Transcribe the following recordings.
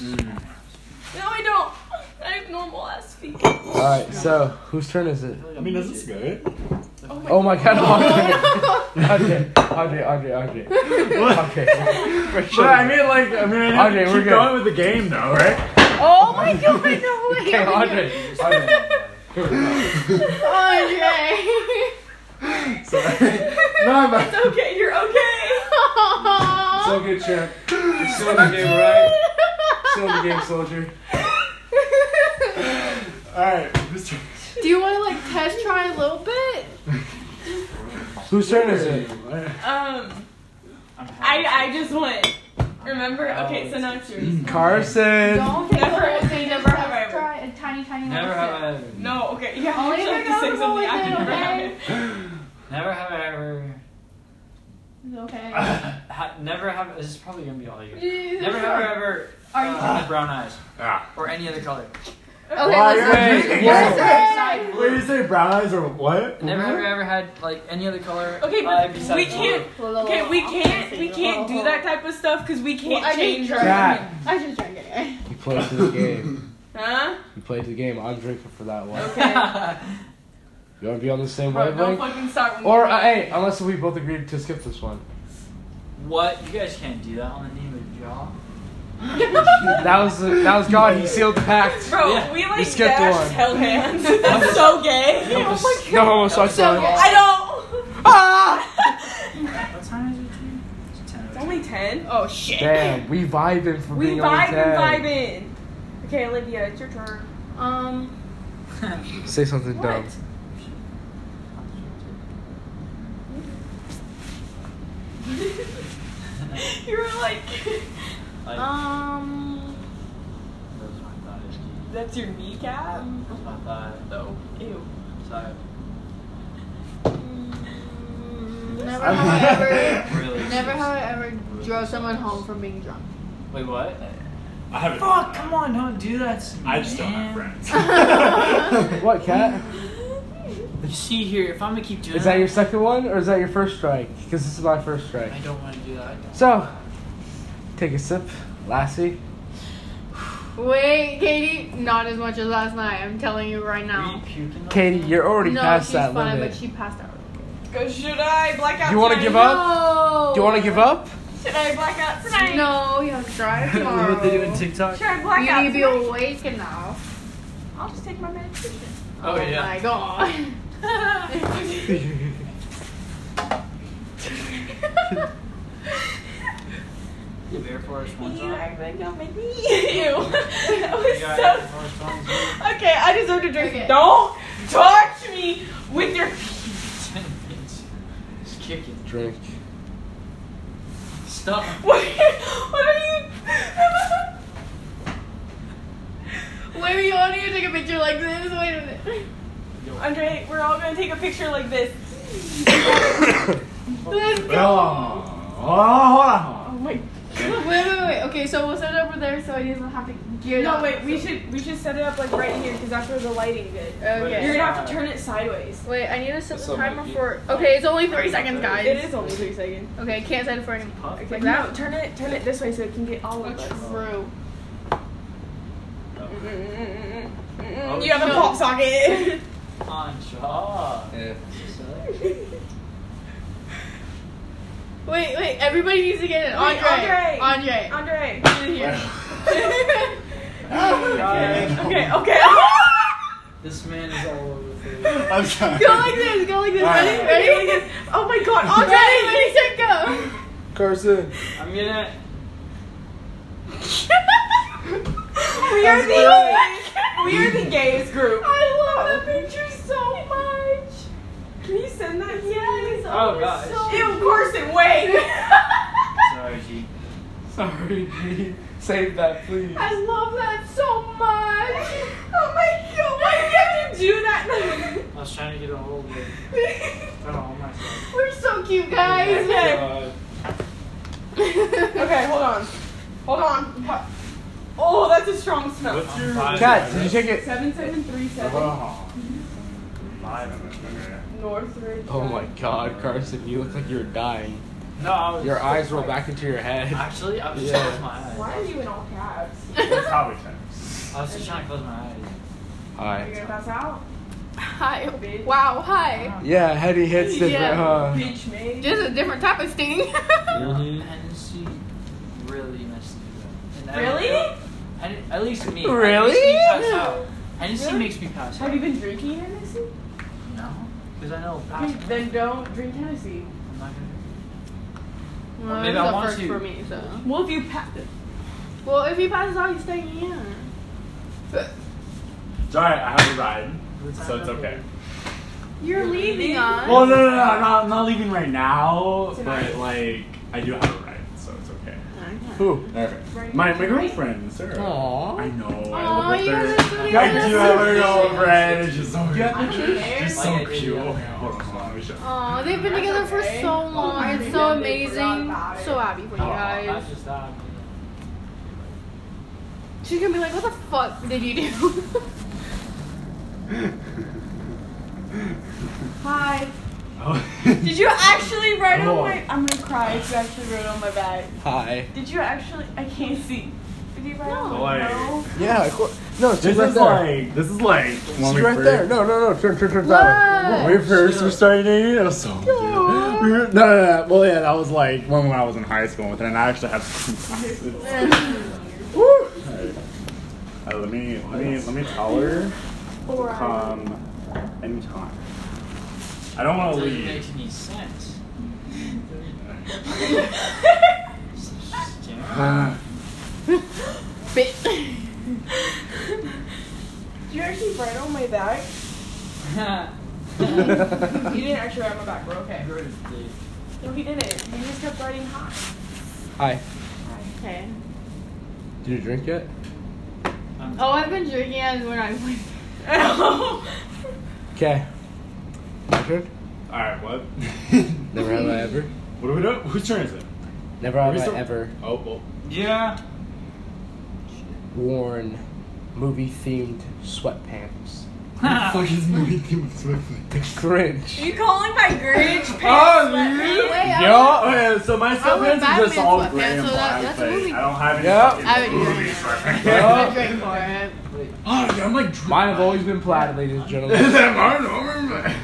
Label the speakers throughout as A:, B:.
A: No, I don't. I have normal ass feet.
B: All right, so whose turn is it?
C: I mean, this is good.
A: Oh my,
B: Oh my God, Andre, Andre, Andre, Andre, Andre.
C: But I mean, like, I mean, I
B: Okay,
C: think
B: we're
C: keep
B: good.
C: going with the game, though, right?
A: oh my god, no way.
B: Okay, Andre, Andre.
A: Andre.
B: No, but
A: it's okay, you're okay.
D: It's all good, champ. You're still in the game, alright? Still in the game, soldier.
C: Alright, Mr.
E: Do you want to like test try a little bit?
B: whose turn is it?
A: um, I, I just went. Remember?
B: Oh,
A: Okay, so now it's yours.
B: Carson.
E: Don't take the
A: Never-
E: whole thing.
A: never
E: Just
A: have I
E: test
A: ever.
E: try a tiny, tiny
F: Never
E: little
F: have
E: sip.
F: I ever.
A: No, okay, yeah. I
E: Only
A: actually
E: if
A: have to
E: you're
A: say something. I
E: comfortable
A: never
E: with
A: have
E: it,
A: it.
F: Never have I ever.
E: It's okay.
F: Ha, never have. This is probably gonna be all you.
E: Jesus.
F: Never have I ever.
E: Are you?
F: uh, had brown eyes
C: Ah.
F: or any other color.
E: Okay,
C: Why
E: listen.
C: are you
F: Wait,
C: drinking
E: Listen.
C: it? Wait, you say brown eyes or what?
F: Never have I ever had like any other color.
A: Okay,
F: eye
A: but
F: besides
A: we
F: blue.
A: can't. Okay, we can't. We can't do that type of stuff because we can't
E: Well, I
A: change.
E: didn't
A: our-
B: Jack.
E: I just drank it. anyway.
B: He plays his game.
A: Huh?
B: He plays the game. I'm drinking for that one.
A: Okay.
B: You want to be on the same
A: Bro, don't
B: wavelength?
A: fucking start with me.
B: Or uh, hey, unless we both agreed to skip this one.
F: what? You guys can't do that on the name of jaw.
B: That was uh, that was God. He sealed the pact.
A: Bro,
F: Yeah,
A: we
B: we
A: like
B: skipped
A: dashed
B: one.
A: held hands. That's so gay. Oh my
B: No
E: So
B: homosexuality.
E: good.
A: I don't.
B: Ah!
F: What time is it? Jim? It's ten.
A: It's only 10? Oh shit.
B: Damn, we vibing for
A: We
B: being only
A: vibing,
B: ten.
A: vibing. Okay, Olivia, it's your turn.
E: Um,
B: Say something dumb.
A: You were like,
F: Like,
E: um,
F: that was my thought.
A: that's your kneecap?
F: That was my thought. Though.
A: Ew.
F: So
E: mm, never
C: I'm-
E: have I ever,
F: really.
E: never have I ever drove someone home from being drunk.
F: Wait, what?
C: I haven't.
F: Fuck! Come on, don't do that. To me,
C: I just don't have
F: man.
C: friends.
B: What cat?
F: You see here, if I'm gonna keep doing
B: Is that your second one or is that your first strike? Because this is my first strike.
F: I don't want to do that. I don't.
B: So, take a sip, Lassie.
E: Wait, Katie, not as much as last night. I'm telling you right
F: Are you
E: now.
F: puking?
B: Katie, you're already
E: no,
B: past
E: she's
B: that
E: fine,
B: limit.
E: but she passed out. really quick.
A: Go, should I black out
B: You wanna
A: tonight?
B: give up?
E: No.
B: Do you want to give up?
A: Should I black out tonight?
E: No, you have to drive tomorrow.
F: what they do in TikTok?
A: Should I
E: You
A: black out
E: need to be
A: tonight?
E: awake enough.
A: I'll just take my medication.
F: Oh, yeah.
E: my god.
F: You have Air Force One
A: You
F: song.
A: are gonna go make me. Ew. That
F: You
A: was
F: got
A: so
F: Air Force songs. dude?
A: Okay, I deserve to drink.
E: Okay.
A: Don't touch me with your.
F: Just kick it.
B: Drink.
F: Stop.
A: What? What are you?
E: Wait, we all need to take a picture like this. Wait a minute.
A: Andre, we're all gonna take a picture like this.
E: Let's
C: Oh,
E: go.
C: hold on.
A: Oh my.
E: Wait, wait, wait. Okay, so we'll set it over there so he doesn't have to gear
A: No,
E: up.
A: wait. We should we should set it up like right here because that's where the lighting good.
E: Okay.
A: You're gonna have to turn it sideways.
E: Wait, I need to set
D: That's
E: the
D: all my
E: timer
D: feet.
E: for. Okay, it's only three seconds, guys.
A: It is only three seconds.
E: Okay, can't set it for any.
F: Puff.
E: Like
A: Like
E: that.
A: no, turn it turn it this way so it can get all of us.
E: True.
A: Mm, mm, mm, mm, mm,
F: Oh,
A: mm. You have a
E: no.
A: pop socket.
F: On Shaw.
D: Yeah.
E: Wait, wait. Everybody needs to get it.
A: Wait,
E: Andre.
A: Andre.
E: Andre.
A: Andre.
E: Here.
F: Guys,
A: Okay. Okay.
F: This man is all over the place.
C: I'm sorry.
E: Go like this. Go like this. Ready? Ready? Ready?
A: oh my God,
E: Andre.
A: Andre.
E: Ready? Set. Go.
B: Carson.
F: I'm gonna.
A: We are the we are the gayest group. I love that picture so much. Can you send that? Yes.
F: Oh, gosh.
A: Ew, Carson, wait.
F: Sorry, G.
B: Sorry, G. Save that, please.
A: I love that so much. Oh my god, why do we have to do that?
F: I was trying to get a hold of it. I don't know myself.
E: We're so cute, guys.
F: Okay.
A: okay, hold on. Hold on. What- Oh, that's a strong smell.
C: What's your
B: Cat, did you take it?
A: Seven seven three
B: Uh-huh.
A: seven
C: Oh. Live. Okay.
A: Northridge.
B: Oh my God, Carson, you look like you're dying.
F: No, I was.
B: Your eyes roll back into your head.
F: Actually, I was
B: Yeah.
F: just with my eyes.
A: Why are you in all caps?
F: I was just trying to close my eyes.
A: Are you
B: Alright.
A: gonna pass out?
E: Hi.
A: Bitch.
E: Wow, hi.
B: Yeah, heady hits uh, different,
E: Yeah.
B: huh?
A: Bitch, me.
E: This is a different type of sting.
B: Mhm.
F: Hennessy really messes me up. And I-
A: Really?
F: Hen- at least me.
B: Really?
F: Hennessy pass out. Hennessy
A: Really?
F: makes me pass out.
A: Have you been drinking Hennessy?
F: No, because I know pass out.
A: Then don't drink Hennessy.
F: I'm not gonna.
E: Well,
F: Maybe
E: this
F: I
E: is a
F: want
E: first
F: to.
E: for me, so.
A: Well, if you pa-
E: Well, if he passes out, he's staying in.
C: It's alright, I have a ride. So it's okay.
E: You're leaving us.
C: Well, no, no, no, I'm not, I'm not leaving right now,
A: Tonight.
C: but like, I do have a ride, so it's okay.
B: Who?
A: Right
C: Alright. My, my girlfriend, Sarah.
B: Aw.
C: I know.
E: Aw,
C: I live
E: you
C: with
E: guys are so
C: her. I do
E: cute.
C: have a girlfriend. She's so cute.
A: I'm scared.
C: She's so cute. Okay, hold on, hold on. Let me show.
E: Oh, they've been
A: That's
E: together for
A: okay.
E: so long. It's so amazing. So happy for you
F: Oh, I
E: guys.
F: was just that.
E: She's gonna be like, what the fuck did you do?
A: Hi.
B: Oh.
A: Did you actually write
B: Oh.
A: on my? I'm gonna cry if you actually wrote on my bag.
B: Hi.
A: Did you actually? I can't see. Did you write on
C: No.
A: my
C: Boy.
A: No.
B: Yeah, of course. No, she's
C: This
B: right
C: is
B: there.
C: like, this is like.
B: She's right there. No, no, no. Turn, turn, turn that
E: Look.
B: way.
C: When we first were starting dating, it was so cute. We were- No, no, no. Well, yeah, that was like when when I was in high school with her, and I actually have some classes. Woo! Alright. Uh, let me let me let me tell her
A: Or
C: to
A: I-
C: come anytime. I don't want to
F: Doesn't
C: leave.
F: make any sense. It's just general.
C: Uh,
E: Bit.
A: Did you actually write on my back? You didn't actually write on my back. We're okay.
F: You're a dick.
A: No, he didn't. You just kept writing hi.
B: Hi.
E: okay.
B: Did you drink yet?
F: I'm-
E: Oh, I've been drinking as when I went.
B: Okay. Turn.
C: all right, what?
B: Never have I ever.
C: What do we do? Whose turn is it?
B: Never
C: Are
B: have
C: we
B: I
C: still-
B: ever
C: Oh, well.
F: Yeah.
B: worn movie themed sweatpants.
C: Fuck his movie theme of Swiftly.
B: Cringe.
A: you calling my Grinch
C: Oh,
E: Wait, I
C: yeah.
E: was-
C: Okay, so my
E: went
C: sweatpants are just
E: Batman
C: all
E: sweatpants,
C: gray and
E: so that-
C: black.
E: that's a
C: but
E: movie.
C: I don't have any
B: Yeah.
C: fucking
E: I would do
C: movie
E: it.
C: sweatpants.
B: Yeah.
E: I drank for it.
C: Oh, yeah, I'm like dr-
B: Mine have always been plaid, ladies and
C: Is
B: gentlemen.
C: that mine? I don't remember.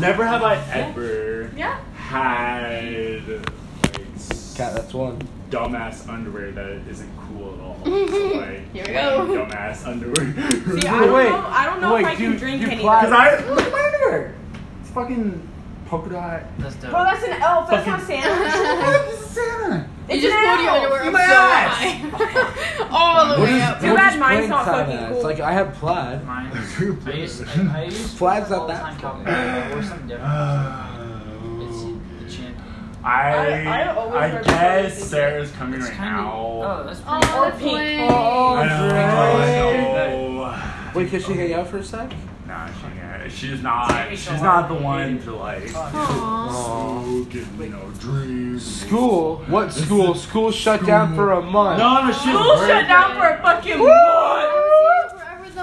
C: Never have I ever
A: Yeah.
C: had like s-
B: Cat, that's one.
C: dumbass underwear that isn't cool at all. So, like,
E: Here
C: plain
E: we go.
C: Dumbass underwear.
A: See,
B: Wait,
A: I don't
B: wait.
A: know. I don't know
B: Wait,
A: if I can
B: you-
A: drink
B: you
A: any.
B: plied-
A: Well,
C: Cause I look at my underwear. It's fucking polka dot.
F: That's dope.
A: that's an elf. That's not Santa.
C: This is Santa.
E: You
A: It's
E: just
A: an
E: pulled your
A: elf.
E: underwear up
A: My
E: so
A: eyes.
E: high. All the
B: What
E: way
B: is-
E: up.
A: Too
B: what
A: bad
B: is
A: mine's
B: plain
A: not
B: plaid
A: fucking
B: ass?
A: cool.
B: Like I have plaid.
F: Mine. I used. I, I used.
B: Flags
F: all
B: up
F: the
B: that.
F: time talking about it, or something
C: Uh.
F: different. It's the champion.
C: I
A: I- I always
C: I,
A: wear
C: guess
A: pink.
C: Sarah's coming
F: It's
C: right
F: kind of.
C: now.
F: Oh, that's pretty.
E: Oh,
A: Or
E: that's
A: pink.
E: lame.
B: Oh.
C: I know. I know.
B: Wait, can she hang out for a sec?
C: Nah, she can't. She's not.
F: Take me
C: She's
F: somewhere.
C: not the one to like.
E: Aw.
C: Smoke and you know dreams.
B: School? What school? School shut down for a month.
C: No, no, she's
A: School
C: working.
A: shut down for a fucking
E: I
A: month.
E: haven't seen you forever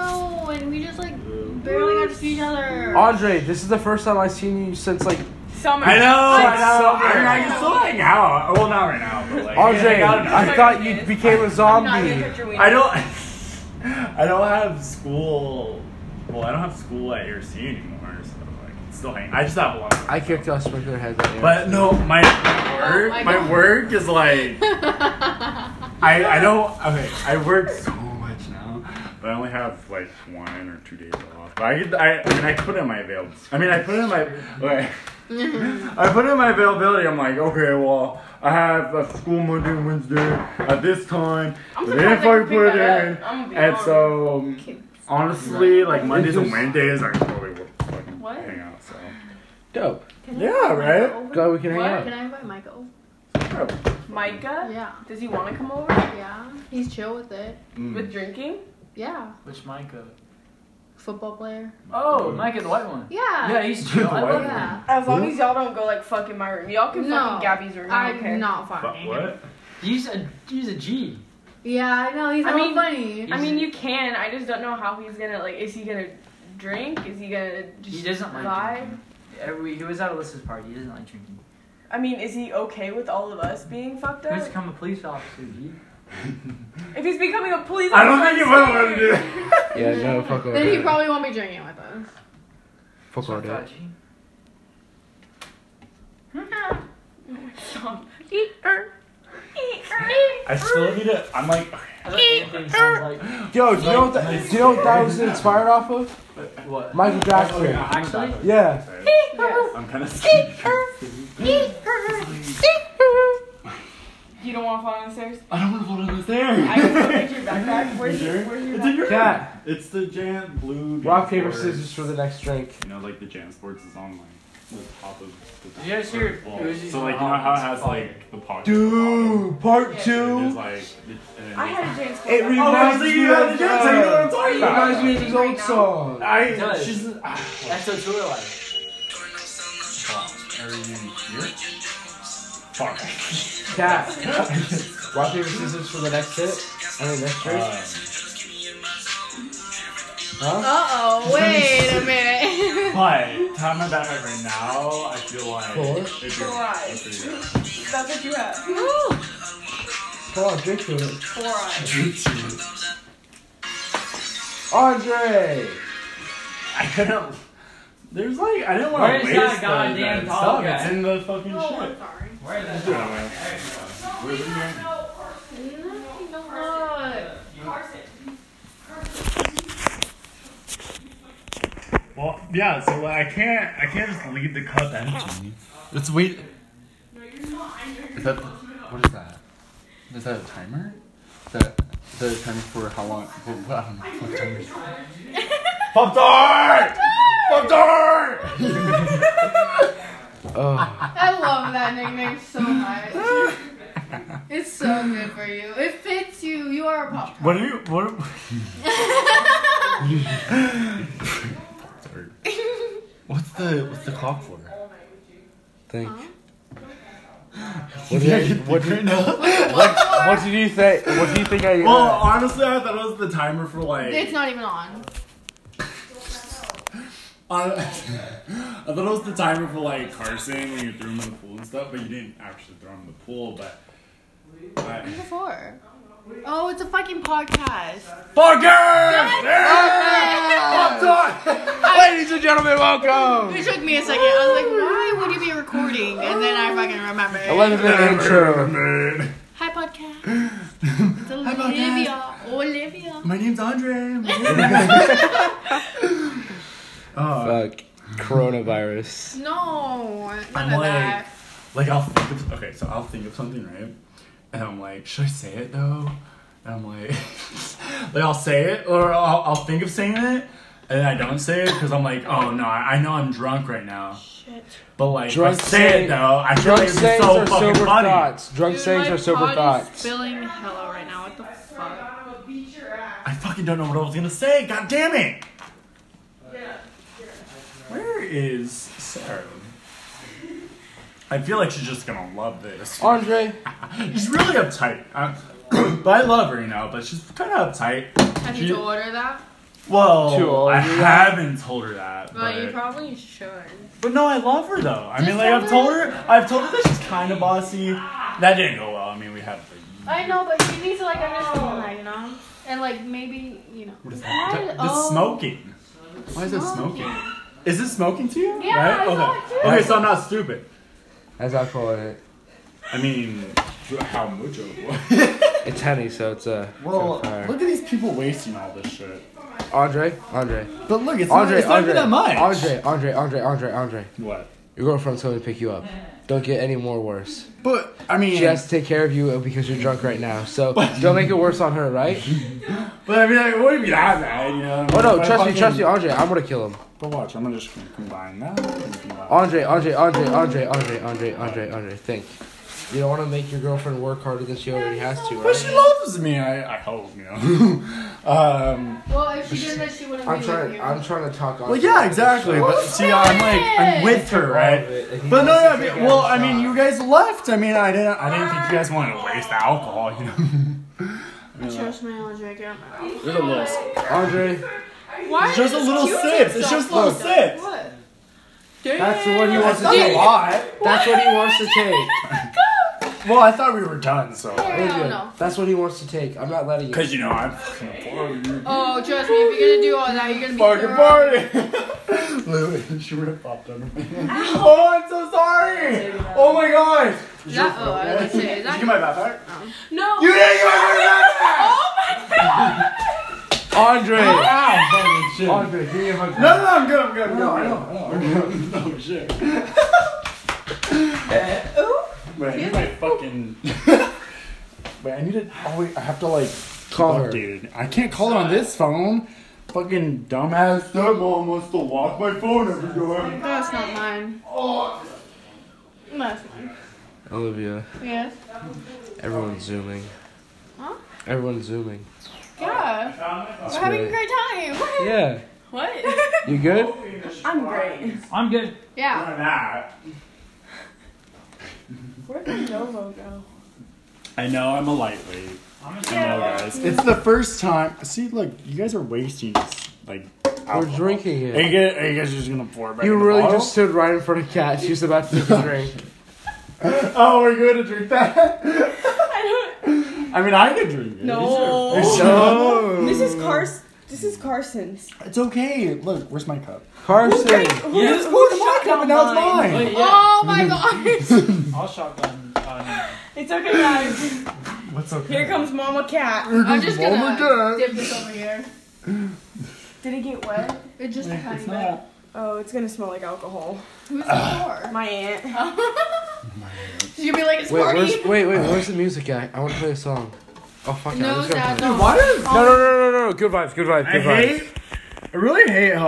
E: though, and we just like barely got to see each other.
B: Andre, this is the first time I've seen you since like
A: Summer.
C: I know, I
B: Like
C: know. I,
B: summer.
C: mean, I can still hang out. Well, not right now, but like.
B: Andre.
C: hang out and-
B: I thought you became a
A: Not even
B: zombie.
A: picture we
C: I don't. I don't have school. Well, I don't have school at URC anymore, so like, it's still hang. I just have one.
B: I kicked us with your head. in the air.
C: But no, my
A: Oh
C: work,
E: my
C: my
E: God.
C: work is like I I don't okay. I work so much now, but I only have like one or two days off. But I could- I, I mean I put in my avail. I mean I put in my okay. I put in my availability. I'm like okay, well I have a school Monday and Wednesday at this time.
A: I'm
C: They didn't
A: surprised they
C: fucking
A: picked
C: put it
A: that
C: in,
A: up. I'm gonna be
C: and
A: honest.
C: so um, honestly, like Mondays and
B: just-
C: Wednesdays, I probably would fucking
A: What?
C: hang out. So
B: dope.
C: yeah, right.
B: Glad we can hang
A: What?
B: out.
E: Can I invite Michael?
A: Micah?
E: Yeah,
A: Does he want to come over
E: yeah. He's chill with it.
C: Hmm. Mm.
A: with drinking?
E: Yeah.
F: Which Micah?
E: Football player.
F: Oh, Micah, the white one. Yeah,
E: Yeah.
F: he's chill. I love him.
E: Yeah.
A: As long as y'all don't go like fuck in my room. Y'all can
E: No.
A: fuck in Gabby's room. I don't care.
E: I'm not
C: But
E: fucking.
C: what?
F: He's a he's a G.
E: Yeah, I know. He's
A: I
E: all
A: mean-
E: funny.
A: I mean, you can. I just don't know how he's gonna like. Is he gonna drink? Is he gonna just
F: He doesn't like
A: vibe?
F: drinking. Every, he was at Alyssa's party. He doesn't like drinking.
A: I mean, is he okay with all of us being fucked
F: He wants
A: up?
F: to become a police officer, G.
A: If he's becoming a police
C: I
A: officer,
C: don't think you
A: I'm
C: would want to do
A: scared.
C: that.
B: Yeah, no, fuck all
E: Then he
B: that.
E: probably won't be drinking with us.
B: Fuck all that.
A: Stop.
E: Eat her.
C: I still need it. I'm like,
F: I like Anthony sounds
B: Yo, do you know what that, do you know what that was inspired off of?
F: like what?
B: Michael
C: oh,
B: Jackson.
C: yeah, actually,
B: Yeah.
C: I'm kind of scared.
A: uh, You don't want to fall down the stairs?
C: I don't want to fall down the
A: I can look
C: stairs.
A: at your backpack. Where's
C: You
A: your,
C: sure?
A: where's your
C: It's in
A: backpack?
C: your
B: Cat.
C: It's the giant blue.
B: Rock,
C: Jam
B: paper,
C: Sports.
B: scissors for the next drink.
C: You know, like the Jam Sports is on like the top of the.
F: Did you guys hear it?
C: wall.
F: It was just
C: So like you
F: on
C: know how it has
F: top.
C: like the pocket.
B: Dude, part
C: It is
B: two.
C: like. it's- and then
A: I
C: it's-
A: had a James Bond.
B: It
A: backpack.
C: Oh,
B: reminds
C: so
B: me
C: you had
B: of
C: the Jam, so you know what I'm
B: uh,
C: talking
B: it
C: about.
B: reminds me of his old song.
F: It
C: I
F: does.
C: she's ah,
F: That's a tour life.
C: fuck. Are you here? Fuck.
B: Cat. Rock, paper, scissors for the next hit. I mean, next drink.
C: Um,
B: Huh?
E: Uh oh, wait a minute.
C: but time my backpack right now, I feel like
B: Four.
C: if you're
A: Four eyes.
C: if you're-
A: That's what you have.
E: Ooh.
B: Come on, drink to it.
A: Four eyes.
B: Andre!
C: I couldn't. There's like I didn't want
F: Where's
C: to
F: that
C: waste the-
F: goddamn
C: that
F: dog
C: stuff.
F: at?
C: It's in the fucking
E: Oh,
C: shit.
E: I'm sorry.
F: Where is
C: Anyway,
F: that?
C: where's it going? Well, yeah. So like, I can't. I can't just leave the cup empty. Let's wait. Is that what is that? Is that a timer? Is that is that a timer for how long? What, what, I don't know. What timer is Pop tart. Pop tart.
B: Oh.
E: I love that nickname so much. It's so good for you. It fits you. You are a pop.
C: What are you? What? Are, what's the what's the clock for?
B: Think.
E: Huh?
B: What did, I, what, did, what did you think? What do you think I? uh,
C: Well, honestly, I thought it was the timer for like.
E: It's not even on.
C: Uh, I, I thought it was the timer for like Carson when you threw him in the pool and stuff, but you didn't actually throw him in the pool. But, but
E: Before. Oh, it's a fucking podcast.
B: fuckers!
E: That's
B: Ladies and gentlemen, welcome.
E: It took me a second. I was like, why would you be recording? And then I fucking remembered.
B: Eleven minute intro.
E: Hi, podcast. It's Olivia. Olivia.
C: My name's Andre. Uh,
B: Fuck coronavirus.
E: No, none
C: I'm
E: of
C: like-
E: that.
C: like I'll think of okay, so I'll think of something, right? And I'm like, should I say it though? And I'm like, like I'll say it or I'll, I'll think of saying it, and then I don't say it because I'm like, oh no, I, I know I'm drunk right now. Shit. But like,
B: Drunk
C: if I say
B: saying-
C: it though, I feel
B: Drunk
C: like it'd be
B: sayings
C: so
B: are
C: fucking
B: sober
C: funny.
B: thoughts. Drunk sayings
E: my
B: are sober
E: pod is
B: thouts.
E: spilling hello right now. What the fuck?
A: I'm gonna beat your ass.
C: I fucking don't know what I was gonna say. God damn it!
A: Yeah.
C: Where is Sarah? I feel like she's just gonna love this.
B: Andre,
C: She's really uptight. Uh, but I love her, you know, but she's kind of uptight.
E: Have
C: She-
E: you to order that?
C: Well,
B: Too old.
C: I haven't told her that.
E: Well, you
C: but,
E: probably should.
C: but no, I love her though. I
E: Just
C: mean, like
E: tell
C: I've told
E: her-
C: her, I've told her that she's kind of bossy. That didn't go well. I mean, we had. Like,
E: I know, but you need to like understand that, you know, and like maybe you know.
C: what is that?
E: Why-
C: The, the
E: oh.
C: smoking. Why is it smoking? Is it smoking to you?
E: Yeah, I
C: right?
E: saw
C: okay.
E: it, too.
C: Okay, so I'm not stupid.
B: as I call it,
C: I mean, how much of what?
B: it's Henny, so it's a.
C: Well,
B: Fire.
C: look at these people wasting all this shit.
B: Andre, Andre,
C: But look, it's
B: Andre,
C: not, it's
B: Andre,
C: not even that much.
B: Andre, Andre, Andre, Andre, Andre.
C: What?
B: Your girlfriend's coming to pick you up. Don't get any more worse.
C: But I mean,
B: She has to take care of you because you're drunk right now. So don't make it worse on her, right?
C: but I mean, like, it wouldn't be that bad, you know.
B: Oh no,
C: If I
B: trust me, trust
C: fucking-
B: me, Andre. I'm gonna kill him.
C: But watch, I'm gonna just combine that. and combine-
B: Andre, Andre, Andre, Andre, Andre, Andre, Andre, Andre. Think. You don't want to make your girlfriend work harder than she already has to,
C: But she
B: right?
C: loves me. I, I hope you know. um,
E: Well, if she did that, she wouldn't
B: I'm
E: be with
B: trying.
E: you.
B: I'm trying to talk.
C: well, yeah, exactly. But see, I'm like, I'm with her, right? But no, no. I mean, well, I mean, you guys left. I mean, I didn't. I didn't think you guys wanted to waste the alcohol, you know.
E: Trust me, I'll drink it.
C: There's a little.
B: Andre,
E: Why?
C: It's just a little sips. It's just little sips.
E: What?
B: that's the one he wants
C: It's
B: to
C: not a
B: take.
C: lot.
B: That's what he wants to take.
C: Well, I thought we were done, so.
E: Hell
B: We're good.
E: no.
B: That's what he wants to take. I'm not letting you.
C: Because, you know, I'm fucking bored. you
E: Oh, trust me, if you're gonna do all that, you're gonna be
C: Fucking
E: thorough.
C: bored. Literally, she would have popped under me.
D: Oh, I'm so sorry. Oh my gosh.
E: Is that- oh, I would say, is
C: Did you
E: that-
C: get my backpack?
E: no.
D: You didn't give my
B: Andre!
C: Ow, fucking
D: fucking
C: shit.
D: backpack. Andre, give me a hug. No, no, no, I'm good. I'm good. I'm good.
B: I know, I know.
C: oh shit. Wait, I need my fucking. Wait, I need to. Oh wait, I have to like
B: Call her.
C: update it. I can't call her on this phone. Fucking dumbass stepmom wants to lock my phone every door.
E: That's not mine. That's mine.
B: Olivia,
E: Yes.
B: everyone's zooming.
E: Huh?
B: Everyone's zooming.
E: Yeah. We're having a great time.
B: Yeah.
E: What?
B: You good?
A: I'm great.
F: I'm good.
E: yeah.
A: Where did Novo go?
C: I know I'm a lightweight.
F: I'm
C: I know, guys. It's the first time. See, look, you guys are wasting this, like.
B: We're
C: alcohol.
B: drinking
C: Are you,
B: it.
C: guys, are you guys just gonna pour it back
B: You
C: in the
B: really
C: bottle?
B: just stood right in front of Kat. She's about to take a drink.
C: Oh, we're going to drink that? I mean, I could drink it.
A: No.
C: It's-
B: No.
A: This is Cars. This is Carson's.
C: It's okay. Look, where's my cup?
B: Carson.
A: Yes,
C: Who's my cup? And now it's mine.
E: Oh my gosh.
F: I'll shotgun. Uh,
A: It's okay, guys.
C: What's okay?
A: Here comes Mama Cat.
E: I'm just
C: Oh my
E: gonna
C: God.
E: dip this over here.
A: Did it get wet?
E: It just kind
F: it's
E: of.
F: not.
A: Oh, it's gonna smell like alcohol.
E: Who's the
A: My aunt.
E: She's gonna be like, it's
B: Wait, where's,
E: party.
B: wait, wait, where's the music at? I want to play a song. Oh, fuck it. I'm
E: No,
B: just gonna play
E: Dad,
B: it.
E: no.
C: What is?
B: No, no, no, no, no, no. Good vibes, good vibes,
C: I
B: good vibes.
C: hate. I really hate how